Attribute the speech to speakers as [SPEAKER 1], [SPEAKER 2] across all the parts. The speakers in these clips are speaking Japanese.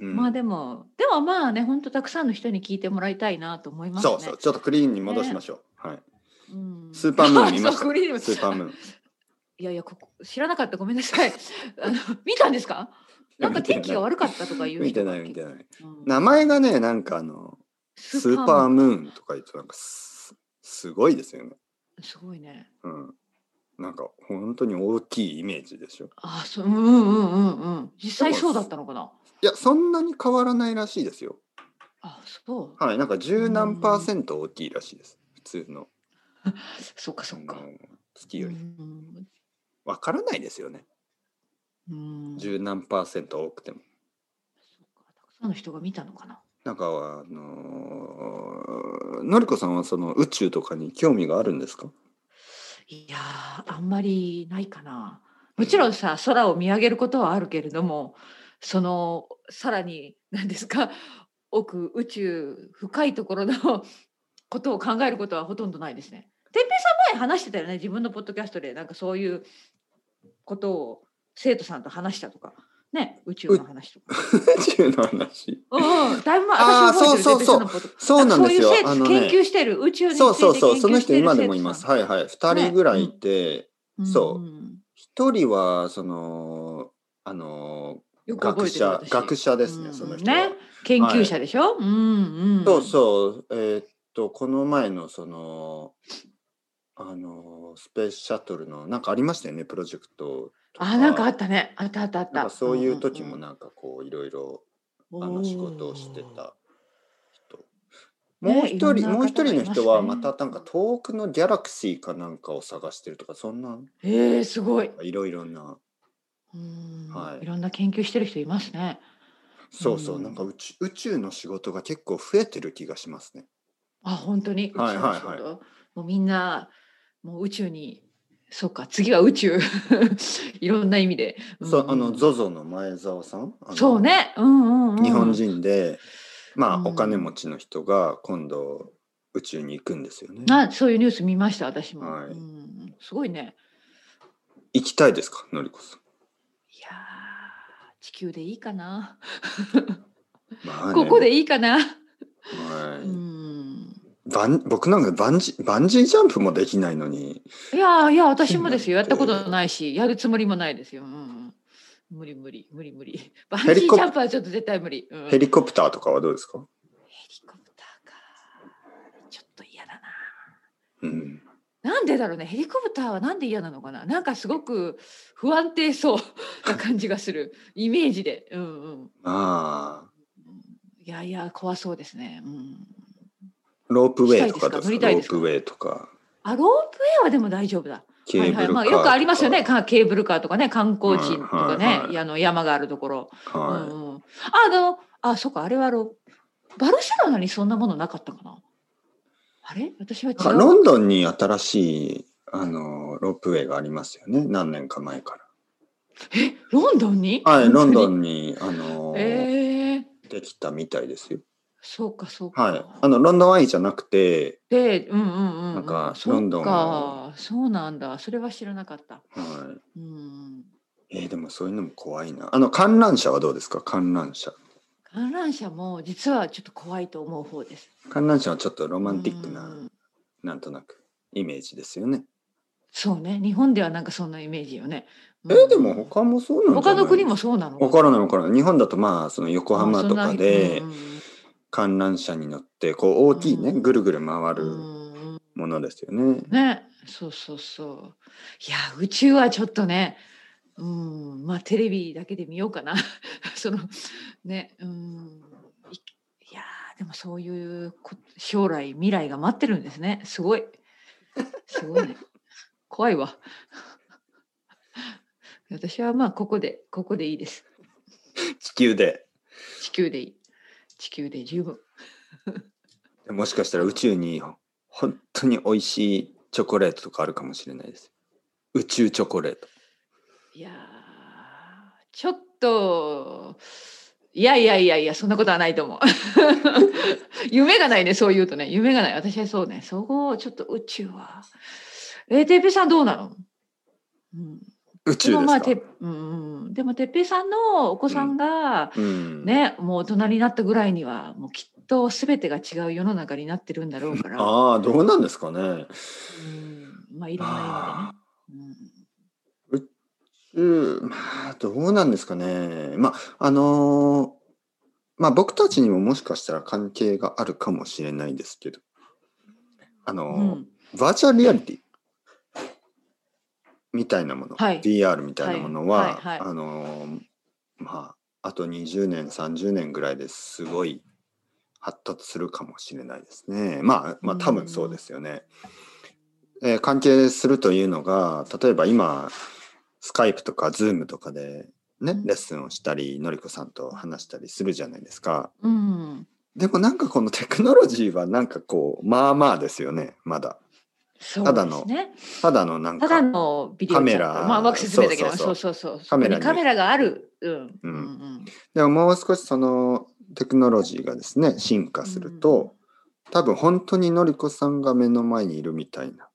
[SPEAKER 1] うん
[SPEAKER 2] まあでもでもまあね本当たくさんの人に聞いてもらいたいなと思いますね。
[SPEAKER 1] そうそう、ちょっとクリーンに戻しましょう。はい。
[SPEAKER 2] うん
[SPEAKER 1] スーパームーン見ました
[SPEAKER 2] そうクリーム
[SPEAKER 1] スーパームーン。
[SPEAKER 2] いやいやここ知らなかったごめんなさい。あの見たんですか？なんか天気が悪かったとかいう
[SPEAKER 1] 見て
[SPEAKER 2] 人が
[SPEAKER 1] ない見てない。
[SPEAKER 2] うん
[SPEAKER 1] 名前がね、なんかあの、
[SPEAKER 2] ス
[SPEAKER 1] スーパームーンとか言うと、なんかすすごいですよね。
[SPEAKER 2] すごいね。
[SPEAKER 1] うん。なんか本当に大きいイメージでしょ。
[SPEAKER 2] あそううんうんうんうん実際そうだったのかな。
[SPEAKER 1] いや、そんなに変わらないらしいですよ。
[SPEAKER 2] あそう。
[SPEAKER 1] はい、なんか十何パーセント大きいらしいです。普通の。
[SPEAKER 2] そっかそっか
[SPEAKER 1] あ。の月よ
[SPEAKER 2] う
[SPEAKER 1] り。
[SPEAKER 2] ん
[SPEAKER 1] わからないですよね。
[SPEAKER 2] うん。そっ
[SPEAKER 1] 十何パーセント多くても。
[SPEAKER 2] かたくさんの人が見たのかな。
[SPEAKER 1] なんかはあのーのりこさんはその宇宙とかに興味があるんですか？
[SPEAKER 2] いやーあんまりないかな。もちろんさ空を見上げることはあるけれどもそのさらに何ですか奥宇宙深いところの ことを考えることはほとんどないですね。てっぺいさん前話してたよね自分のポッドキャストでなんかそういうことを生徒さんと話したとかね宇宙の話とか。
[SPEAKER 1] 宇宙の話。
[SPEAKER 2] うんうん、だいぶ前
[SPEAKER 1] あー
[SPEAKER 2] 私覚えてる
[SPEAKER 1] そうそうそう
[SPEAKER 2] 哲也さんのポッド
[SPEAKER 1] そうなんですよ
[SPEAKER 2] そうい。う
[SPEAKER 1] あ
[SPEAKER 2] 生
[SPEAKER 1] の
[SPEAKER 2] 徒
[SPEAKER 1] ね
[SPEAKER 2] 研。究してる宇宙について
[SPEAKER 1] そうそうそう。そ
[SPEAKER 2] 研
[SPEAKER 1] の
[SPEAKER 2] 究し
[SPEAKER 1] 人
[SPEAKER 2] てる
[SPEAKER 1] 今でもいます。
[SPEAKER 2] 生
[SPEAKER 1] はいはい。二人ぐらいいて、
[SPEAKER 2] 徒さん
[SPEAKER 1] そうん
[SPEAKER 2] ん
[SPEAKER 1] 一人はそのあの
[SPEAKER 2] よく覚
[SPEAKER 1] 学
[SPEAKER 2] えてる
[SPEAKER 1] 者
[SPEAKER 2] 私
[SPEAKER 1] 学者ですね。
[SPEAKER 2] うん
[SPEAKER 1] その人は。
[SPEAKER 2] ね研究者でしょ、うんうん
[SPEAKER 1] そうそう。えーっとこの前のそのあのスペースシャトルのなんかありましたよねプロジェクトとか。
[SPEAKER 2] あなんかあったねあったあったあった
[SPEAKER 1] なんかそういう時もなんかこういろいろ
[SPEAKER 2] うんう
[SPEAKER 1] あ
[SPEAKER 2] んうん
[SPEAKER 1] の仕事をしてた人。
[SPEAKER 2] ね
[SPEAKER 1] もう一
[SPEAKER 2] いろんな
[SPEAKER 1] 人、
[SPEAKER 2] 方
[SPEAKER 1] もう一人の人は
[SPEAKER 2] がい
[SPEAKER 1] ま
[SPEAKER 2] ま
[SPEAKER 1] す
[SPEAKER 2] ね
[SPEAKER 1] たなんか遠くのギャラクシーかなんかを探してるとかそんな
[SPEAKER 2] えー、すごい、
[SPEAKER 1] いろいろな
[SPEAKER 2] うん
[SPEAKER 1] はい
[SPEAKER 2] い、ろんな研究してる人いますね
[SPEAKER 1] そうそううんなんか宇宙宇宙の仕事が結構増えてる気がしますね。
[SPEAKER 2] あ本当に
[SPEAKER 1] はいはいはい
[SPEAKER 2] 宇宙の仕事もうみんなもう宇宙にそうか次は宇宙 いろんな意味で、ん
[SPEAKER 1] そうあの ZOZO の前澤さんあの
[SPEAKER 2] そうねうんうん、うん、
[SPEAKER 1] 日本人でまあ
[SPEAKER 2] うん
[SPEAKER 1] お金持ちの人が今度宇宙に行くんですよね。
[SPEAKER 2] なそういうニュース見ました私も、
[SPEAKER 1] はい
[SPEAKER 2] うん、すごいね
[SPEAKER 1] 行きたいですかのりこさん。
[SPEAKER 2] いやー地球でいいかな、
[SPEAKER 1] まあね
[SPEAKER 2] ここでいいかな、
[SPEAKER 1] は
[SPEAKER 2] う
[SPEAKER 1] い
[SPEAKER 2] ん
[SPEAKER 1] バン僕なんかバンジーバンジージャンプもできないのに
[SPEAKER 2] いやーいや私もですよや
[SPEAKER 1] なん
[SPEAKER 2] ってたことないしやるつもりもないですよ、うんうん、無理無理無理無理バン ジ
[SPEAKER 1] ヘ
[SPEAKER 2] ー
[SPEAKER 1] リ
[SPEAKER 2] ジ
[SPEAKER 1] コプ
[SPEAKER 2] ャンプはちょっと絶対無理、うん、
[SPEAKER 1] ヘ
[SPEAKER 2] ヘリ
[SPEAKER 1] リコプターとかはどうですか、
[SPEAKER 2] コプターかちょっと嫌だ
[SPEAKER 1] うん、
[SPEAKER 2] ななんでだろうねヘリコプターはなんで嫌なのかななんかすごく不安定そう な感じがするイメージでうんうん
[SPEAKER 1] まあ
[SPEAKER 2] いやいや怖そうですね、うん、
[SPEAKER 1] ロープウェイとかどう
[SPEAKER 2] 乗
[SPEAKER 1] で
[SPEAKER 2] り
[SPEAKER 1] すか
[SPEAKER 2] た
[SPEAKER 1] ロ
[SPEAKER 2] いで
[SPEAKER 1] ー
[SPEAKER 2] すか
[SPEAKER 1] プウェイとか
[SPEAKER 2] あロープウェイはでも大丈夫だ
[SPEAKER 1] ケーブルカーとか、
[SPEAKER 2] はいはいまあ、よくありますよねかケーブルカーとかね観光地とかね、
[SPEAKER 1] はいはいはい
[SPEAKER 2] いやあの山があるところ、う
[SPEAKER 1] は、
[SPEAKER 2] んうん、あでもあそうかあれはロバルセロナにそんなものなかったかなあれ私はい
[SPEAKER 1] なんか
[SPEAKER 2] 違
[SPEAKER 1] ロ
[SPEAKER 2] う
[SPEAKER 1] ンドンに新しいあのロープウェイがありますよね何年か前か
[SPEAKER 2] えロンドンに
[SPEAKER 1] らはいロンド
[SPEAKER 2] ン
[SPEAKER 1] ンにあの、
[SPEAKER 2] えー、
[SPEAKER 1] できたみたいですよ
[SPEAKER 2] そうかそうか、
[SPEAKER 1] はいあのロンドンアイじゃなくて、
[SPEAKER 2] でうんうんうん
[SPEAKER 1] なんか
[SPEAKER 2] そっ
[SPEAKER 1] ロンドンの
[SPEAKER 2] かそうなんだそれは知らなかった
[SPEAKER 1] は
[SPEAKER 2] うん
[SPEAKER 1] い、えーでもそういうのも怖いなあの観覧車はどうですか観覧車
[SPEAKER 2] 観覧車も実はちょっと怖いと思う方です
[SPEAKER 1] 観覧車はちょっとロマンティックな、
[SPEAKER 2] うん
[SPEAKER 1] なんとなくイメージですよね。
[SPEAKER 2] そうね日本ではなんかそんなイメージよね
[SPEAKER 1] え
[SPEAKER 2] うん
[SPEAKER 1] でも他もそうなんじゃな
[SPEAKER 2] 他
[SPEAKER 1] い
[SPEAKER 2] の国もそうなの
[SPEAKER 1] わからないわからない。日本だとまあその横浜と
[SPEAKER 2] あそ
[SPEAKER 1] か
[SPEAKER 2] んな
[SPEAKER 1] で
[SPEAKER 2] うんうん
[SPEAKER 1] 観覧車に乗ってこう大きいね
[SPEAKER 2] うん
[SPEAKER 1] ぐるぐる回る
[SPEAKER 2] うんうん
[SPEAKER 1] ものですよね。
[SPEAKER 2] ねそうそうそういや宇宙はちょっとねうんまあテレビだけで見ようかな そのねうんいいやーでもそういうこ将来未来が待ってるんですねすごいすごいね 怖いわ 私はまあここでここでいいです
[SPEAKER 1] 地球で。
[SPEAKER 2] 地球でいい地球で十分
[SPEAKER 1] もしかしたら宇宙に本当に美味しいチョコレートとかあるかもしれないです。宇宙チョコレート。
[SPEAKER 2] いやーちょっといやいやいやいやそんなことはないと思う 夢がないねそう言うとね夢がない私はそうねそこをちょっと宇宙はえー、てっぺいさんどうなの、うん、
[SPEAKER 1] 宇宙
[SPEAKER 2] も
[SPEAKER 1] です
[SPEAKER 2] ま
[SPEAKER 1] か
[SPEAKER 2] あて、うんうんうん、うん、でも哲平さんのお子さんが、
[SPEAKER 1] うん、
[SPEAKER 2] ねもう大人になったぐらいにはもうきっと全てが違う世の中になってるんだろうから、う
[SPEAKER 1] ああどうなんですかね。
[SPEAKER 2] ん、まあいろんな意味でね。
[SPEAKER 1] うん、まあどうなんですかね。まああのーまあ僕たちにももしかしたら関係があるかもしれないですけど、あ
[SPEAKER 2] う
[SPEAKER 1] の
[SPEAKER 2] ん
[SPEAKER 1] ー
[SPEAKER 2] うん
[SPEAKER 1] バーチャルリアリティみたいなもの、
[SPEAKER 2] はい
[SPEAKER 1] VR みたいなものは、
[SPEAKER 2] はいはいはい
[SPEAKER 1] あのーまああと20年30年ぐらいですごい発達するかもしれないですね。まあまあ多分そうですよね。えー関係するというのが例えば今スカイプとかズームとかでね
[SPEAKER 2] うん
[SPEAKER 1] レッスンをしたりのりこさんと話したりするじゃないですか。
[SPEAKER 2] うん
[SPEAKER 1] でもなんかこのテクノロジーはなんかこうまあまあですよねまだ。
[SPEAKER 2] そう
[SPEAKER 1] ただ
[SPEAKER 2] で
[SPEAKER 1] の
[SPEAKER 2] すね、
[SPEAKER 1] ただのなんか
[SPEAKER 2] ただのビデオチャッ
[SPEAKER 1] カメ
[SPEAKER 2] ト
[SPEAKER 1] ラ
[SPEAKER 2] まあうまく説明できない
[SPEAKER 1] そ
[SPEAKER 2] そう
[SPEAKER 1] そ
[SPEAKER 2] うそうそう
[SPEAKER 1] カメラに
[SPEAKER 2] そこにカメラがある、うん
[SPEAKER 1] うん
[SPEAKER 2] うん
[SPEAKER 1] でももう少しそのテクノロジーがですね進化すると、多分本当にのりこさんが目の前にいるみたいな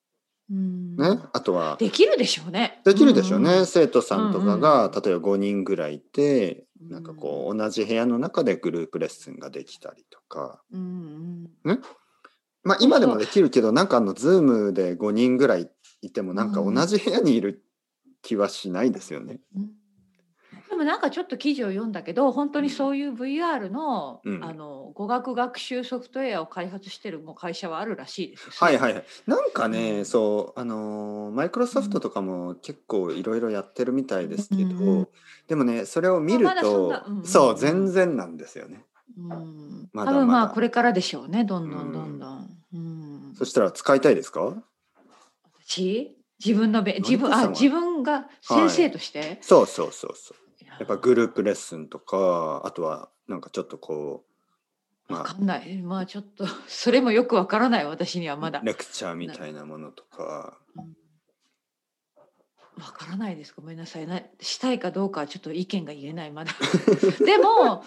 [SPEAKER 2] うん
[SPEAKER 1] ね、あとは
[SPEAKER 2] できるでしょうね。
[SPEAKER 1] できるでしょうね、
[SPEAKER 2] んん
[SPEAKER 1] 生徒さんとかが、
[SPEAKER 2] うんうん
[SPEAKER 1] 例えば5人ぐらいいてなんかこう同じ部屋の中でグループレッスンができたりとか。
[SPEAKER 2] うん
[SPEAKER 1] まあ、今でもできるけどなんかあの Zoom で5人ぐらいいてもなんか同じ部屋にいる気はしないですよね。
[SPEAKER 2] うんでもなんかちょっと記事を読んだけど本当にそういう VR の,、
[SPEAKER 1] うん
[SPEAKER 2] あの語学学習ソフトウェアを開発してるもう会社はあるらしいですよ
[SPEAKER 1] はいはいはい。なんかね、
[SPEAKER 2] うん
[SPEAKER 1] そう、あのーマイクロソフトとかも結構いろいろやってるみたいですけど、
[SPEAKER 2] うん
[SPEAKER 1] でもね、それを見る
[SPEAKER 2] まあまだそん
[SPEAKER 1] と
[SPEAKER 2] な、うん
[SPEAKER 1] そう、全然なんですよね。
[SPEAKER 2] うん、
[SPEAKER 1] ま
[SPEAKER 2] 多
[SPEAKER 1] だ
[SPEAKER 2] 分ま
[SPEAKER 1] ま
[SPEAKER 2] あ
[SPEAKER 1] だ
[SPEAKER 2] これからでしょうねどんどんどんどん。うん
[SPEAKER 1] そしたら使いたいですか
[SPEAKER 2] 私自分のべ自
[SPEAKER 1] のりこ
[SPEAKER 2] 分
[SPEAKER 1] さん
[SPEAKER 2] あ
[SPEAKER 1] は
[SPEAKER 2] 自分が先生として、
[SPEAKER 1] そうそうそうそう。
[SPEAKER 2] いや
[SPEAKER 1] やっぱグループレッスンとか、あとはなんかちょっとこう、
[SPEAKER 2] わ
[SPEAKER 1] ま
[SPEAKER 2] か
[SPEAKER 1] あ、
[SPEAKER 2] んないまあちょっと それもよくわからない私にはまだ
[SPEAKER 1] レクチャーみたいなものとか、
[SPEAKER 2] わからないです。ごめんなさい。なしたいかどうかはちょっと意見が言えないまだ。 でも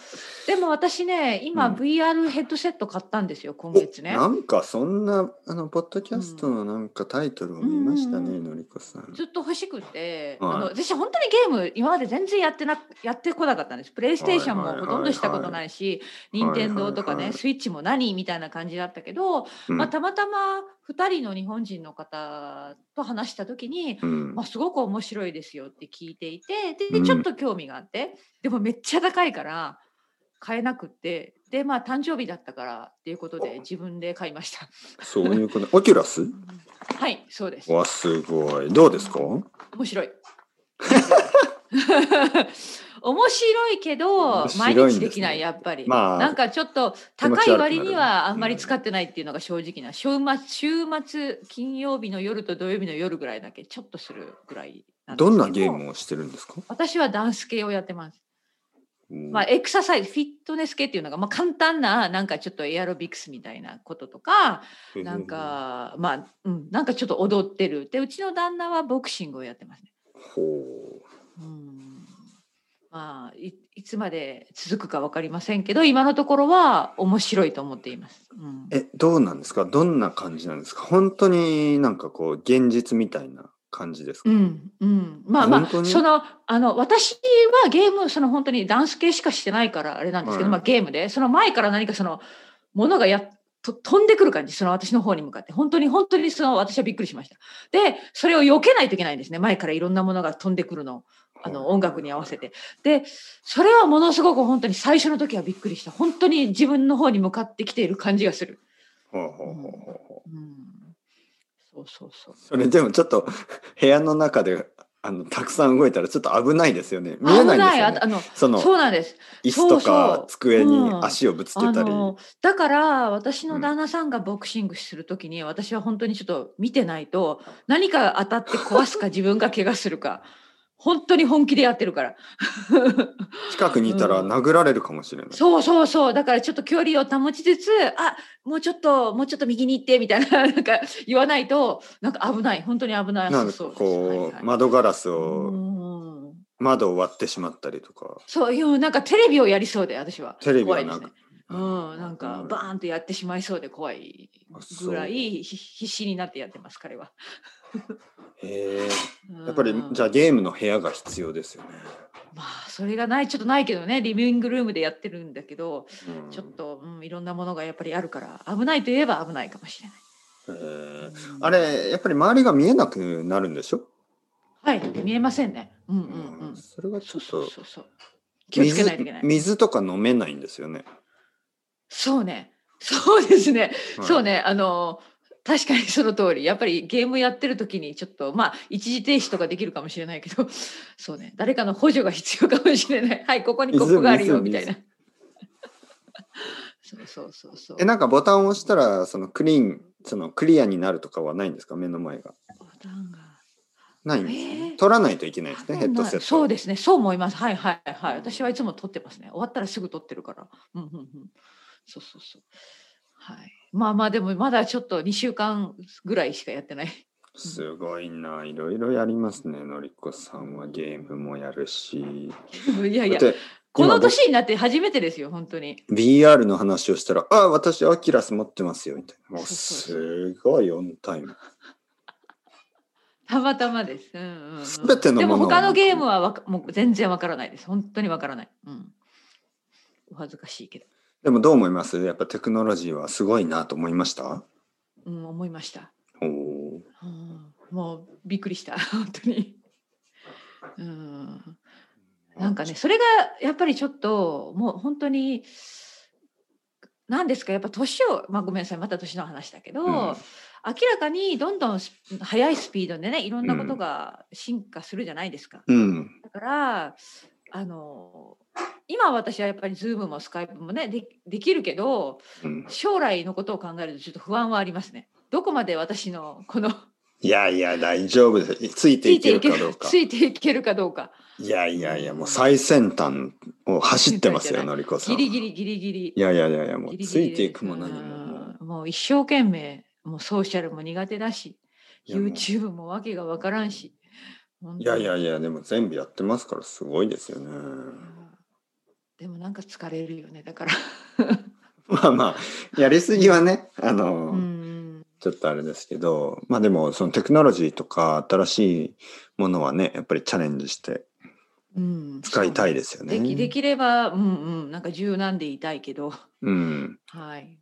[SPEAKER 2] でも私ね今
[SPEAKER 1] うん
[SPEAKER 2] VR ヘッドセット買ったんですよ今月ね。
[SPEAKER 1] なんかそんな、あの、ポッドキャストのなんかタイトルを見ましたね、
[SPEAKER 2] うん
[SPEAKER 1] のりこさん。
[SPEAKER 2] ずっと欲しくて、
[SPEAKER 1] はい
[SPEAKER 2] あの私本当にゲーム今まで全然やってなやってこなかったんですプレイステーション
[SPEAKER 1] はい
[SPEAKER 2] も
[SPEAKER 1] はい
[SPEAKER 2] ほとんどしたことないし、
[SPEAKER 1] はいはい
[SPEAKER 2] 任天堂とかね、
[SPEAKER 1] はいはい
[SPEAKER 2] スイッチも何みたいな感じだったけど、
[SPEAKER 1] うん
[SPEAKER 2] まあ、たまたま2人の日本人の方と話した時に、
[SPEAKER 1] うん
[SPEAKER 2] まあ、すごく面白いですよって聞いていて
[SPEAKER 1] う
[SPEAKER 2] で
[SPEAKER 1] ん
[SPEAKER 2] ちょっと興味があって、でもめっちゃ高いから買えなくってでまあ誕生日だったからっていうことで自分で買いました
[SPEAKER 1] そういうこと。オキュラス
[SPEAKER 2] はいそうです
[SPEAKER 1] わ、すごい。どうですか
[SPEAKER 2] 面白い 面白いけど
[SPEAKER 1] 面白い
[SPEAKER 2] 毎
[SPEAKER 1] んですね
[SPEAKER 2] 日できないやっぱり、
[SPEAKER 1] まあ
[SPEAKER 2] なんかちょっと
[SPEAKER 1] 気持
[SPEAKER 2] 高
[SPEAKER 1] ち悪く
[SPEAKER 2] い
[SPEAKER 1] なる
[SPEAKER 2] 割にはあんまり使ってないっていうのが正直な週末週末金曜日の夜と土曜日の夜ぐらいだけちょっとするぐらいなんですけ
[SPEAKER 1] どんなゲームをしてるんですか、
[SPEAKER 2] 私はダンス系をやってます。
[SPEAKER 1] うん
[SPEAKER 2] まあ、エクササイズ、フィットネス系っていうのが、まあ、簡単な、なんかちょっとエアロビクスみたいなこととか、なん、か、まあ、うん、なんかちょっと踊ってる。で、うちの旦那はボクシングをやってますね。
[SPEAKER 1] ほ
[SPEAKER 2] うん。まあ、いいつまで続くかわかりませんけど、今のところは面白いと思っています。うん
[SPEAKER 1] う。えどうなんですかどんな感じなんですか本当になんかこう現実みたいな感じですか、
[SPEAKER 2] うんうん、まあま
[SPEAKER 1] 本当
[SPEAKER 2] あ
[SPEAKER 1] に
[SPEAKER 2] そのあの私はゲームその本当にダンス系しかしてないからあれなんですけど、
[SPEAKER 1] はい
[SPEAKER 2] まあ、ゲームでその前から何かそのものがやっと飛んでくる感じその私の方に向かって本当に本当にその私はびっくりしましたでそれを避けないといけないんですね前からいろんなものが飛んでくるのあの音楽に合わせてでそれはものすごく本当に最初の時はびっくりした本当に自分の方に向かってきている感じがする、
[SPEAKER 1] ほうほうほうほうほう
[SPEAKER 2] うん、そうそうそう
[SPEAKER 1] それでもちょっと部屋の中であのたくさん動いたらちょっと危ないですよね見えないで
[SPEAKER 2] 危な
[SPEAKER 1] す
[SPEAKER 2] い
[SPEAKER 1] よ
[SPEAKER 2] あ
[SPEAKER 1] ね
[SPEAKER 2] あの
[SPEAKER 1] その
[SPEAKER 2] そうなんです
[SPEAKER 1] 椅子と
[SPEAKER 2] そうそ
[SPEAKER 1] か
[SPEAKER 2] う
[SPEAKER 1] 机に
[SPEAKER 2] うん
[SPEAKER 1] 足をぶつけ
[SPEAKER 2] あ
[SPEAKER 1] たり、
[SPEAKER 2] のだから私
[SPEAKER 1] う
[SPEAKER 2] の
[SPEAKER 1] ん
[SPEAKER 2] 旦那さんがボクシングするときに、私は本当にちょっと見てないと何か当たって壊すか自分が怪我するか 本当に本気でやってるから
[SPEAKER 1] 近くにいたら
[SPEAKER 2] うん
[SPEAKER 1] 殴られるかもしれない、
[SPEAKER 2] そうそうそうだからちょっと距離を保ちつつあもうちょっともうちょっと右に行ってみたいな なんか言わないとなんか危ない本当に危ない
[SPEAKER 1] なんか
[SPEAKER 2] そうです
[SPEAKER 1] こう、
[SPEAKER 2] はいはい
[SPEAKER 1] 窓ガラス
[SPEAKER 2] う
[SPEAKER 1] を
[SPEAKER 2] ん
[SPEAKER 1] 窓を割ってしまったりとか、
[SPEAKER 2] そういうなんかテレビをやりそうで私は
[SPEAKER 1] テレビ
[SPEAKER 2] 怖
[SPEAKER 1] はい
[SPEAKER 2] で
[SPEAKER 1] な
[SPEAKER 2] す
[SPEAKER 1] く、
[SPEAKER 2] ねうん、なんかバーンとやってしまいそうで怖い
[SPEAKER 1] あそう
[SPEAKER 2] ぐらいひ必死になってやってます彼は。
[SPEAKER 1] へえ
[SPEAKER 2] うん
[SPEAKER 1] やっぱりじゃあゲームの部屋が必要ですよね。
[SPEAKER 2] まそれがないちょっとないけどねリビングルームでやってるんだけど、
[SPEAKER 1] うん
[SPEAKER 2] ちょっと、うん、いろんなものがやっぱりあるから危ないといえば危ないかもしれない。
[SPEAKER 1] えーあれやっぱり周りが見えなくなるんでしょ、
[SPEAKER 2] はい見えませんね。うんうんうん。
[SPEAKER 1] それがち
[SPEAKER 2] そ
[SPEAKER 1] ょっ
[SPEAKER 2] うそ
[SPEAKER 1] と
[SPEAKER 2] うそうそう。気をつけないといけない。
[SPEAKER 1] 水水とか飲めないんですよね、
[SPEAKER 2] そうね。そうですね。
[SPEAKER 1] はい
[SPEAKER 2] そうね。あの確かにその通り。やっぱりゲームやってる時にちょっとまあ一時停止とかできるかもしれないけど、 そうね。誰かの補助が必要かもしれない。はいここにコップがあるよ
[SPEAKER 1] 水
[SPEAKER 2] み
[SPEAKER 1] 水
[SPEAKER 2] たいな。 そうそうそうそう
[SPEAKER 1] え。なんかボタンを押したらそのクリーンそのクリアになるとかはないんですか目の前が
[SPEAKER 2] ボタンが
[SPEAKER 1] ないんですね、
[SPEAKER 2] えー
[SPEAKER 1] 取らないといけないですね
[SPEAKER 2] あ
[SPEAKER 1] ヘッドセット
[SPEAKER 2] そうですね。そう思います。はいはいはい。
[SPEAKER 1] うん
[SPEAKER 2] 私はいつも撮ってますね。終わったらすぐ撮ってるから。うんうんうん。そうそうそう。はい。まあまあでもまだちょっと2週間ぐらいしかやってない。
[SPEAKER 1] すごいないろいろやりますねのりこさんはゲームもやるし
[SPEAKER 2] いやいや
[SPEAKER 1] だ。って
[SPEAKER 2] この
[SPEAKER 1] 今僕
[SPEAKER 2] 年になって初めてですよ、本当に。
[SPEAKER 1] VR の話をしたら「あ私アキラス持ってますよ」みたい なもう
[SPEAKER 2] そう
[SPEAKER 1] すごいオンタイム
[SPEAKER 2] たまたまです。うんうん、うん。
[SPEAKER 1] 全ての
[SPEAKER 2] で
[SPEAKER 1] ものを
[SPEAKER 2] も他のゲームはわかもう全然わからないです。本当にわからない。うん。お恥ずかしいけど。
[SPEAKER 1] でもどう思いますやっぱテクノロジーはすごいなと思いました
[SPEAKER 2] うん、思いました。
[SPEAKER 1] おー
[SPEAKER 2] うんもうびっくりした、 本当に。うん。なんかね、それがやっぱりちょっと、もう本当に。なんですか、やっぱ年を、まあ、ごめんなさい、また年の話だけど。
[SPEAKER 1] うん
[SPEAKER 2] 明らかにどんどんス速いスピードでねいろんなことが進化するじゃないですか。
[SPEAKER 1] うん
[SPEAKER 2] だからあの今私はやっぱり Zoom も Skype もねでできるけど、
[SPEAKER 1] うん
[SPEAKER 2] 将来のことを考えるとちょっと不安はありますね。どこまで私のこの
[SPEAKER 1] いやいや大丈夫ですつい
[SPEAKER 2] つ
[SPEAKER 1] てい
[SPEAKER 2] い
[SPEAKER 1] け
[SPEAKER 2] ていけ
[SPEAKER 1] るか
[SPEAKER 2] る
[SPEAKER 1] どうか
[SPEAKER 2] ついていけるかどうか
[SPEAKER 1] いやいやいやもう最先端を走ってますよ
[SPEAKER 2] ついていけない
[SPEAKER 1] のりこさん
[SPEAKER 2] ギリギリギリギリ
[SPEAKER 1] いやいやいやいやも
[SPEAKER 2] ギ
[SPEAKER 1] う
[SPEAKER 2] リギリ
[SPEAKER 1] ついていくも何ももう
[SPEAKER 2] うんもう一生懸命もうソーシャルも苦手だし
[SPEAKER 1] いやもう
[SPEAKER 2] YouTube もわけがわからんし
[SPEAKER 1] いやいや
[SPEAKER 2] 本
[SPEAKER 1] いやでも全部やってますからすごいですよね
[SPEAKER 2] 当にでもなんか疲れるよねだから
[SPEAKER 1] まあまあやりすぎはねあの、
[SPEAKER 2] うん
[SPEAKER 1] ちょっとあれですけど、まあでもそのテクノロジーとか新しいものはね、やっぱりチャレンジして
[SPEAKER 2] うん
[SPEAKER 1] 使いたいですよね。
[SPEAKER 2] できできればうんうんなんか柔軟でいたいけど
[SPEAKER 1] うん。
[SPEAKER 2] はい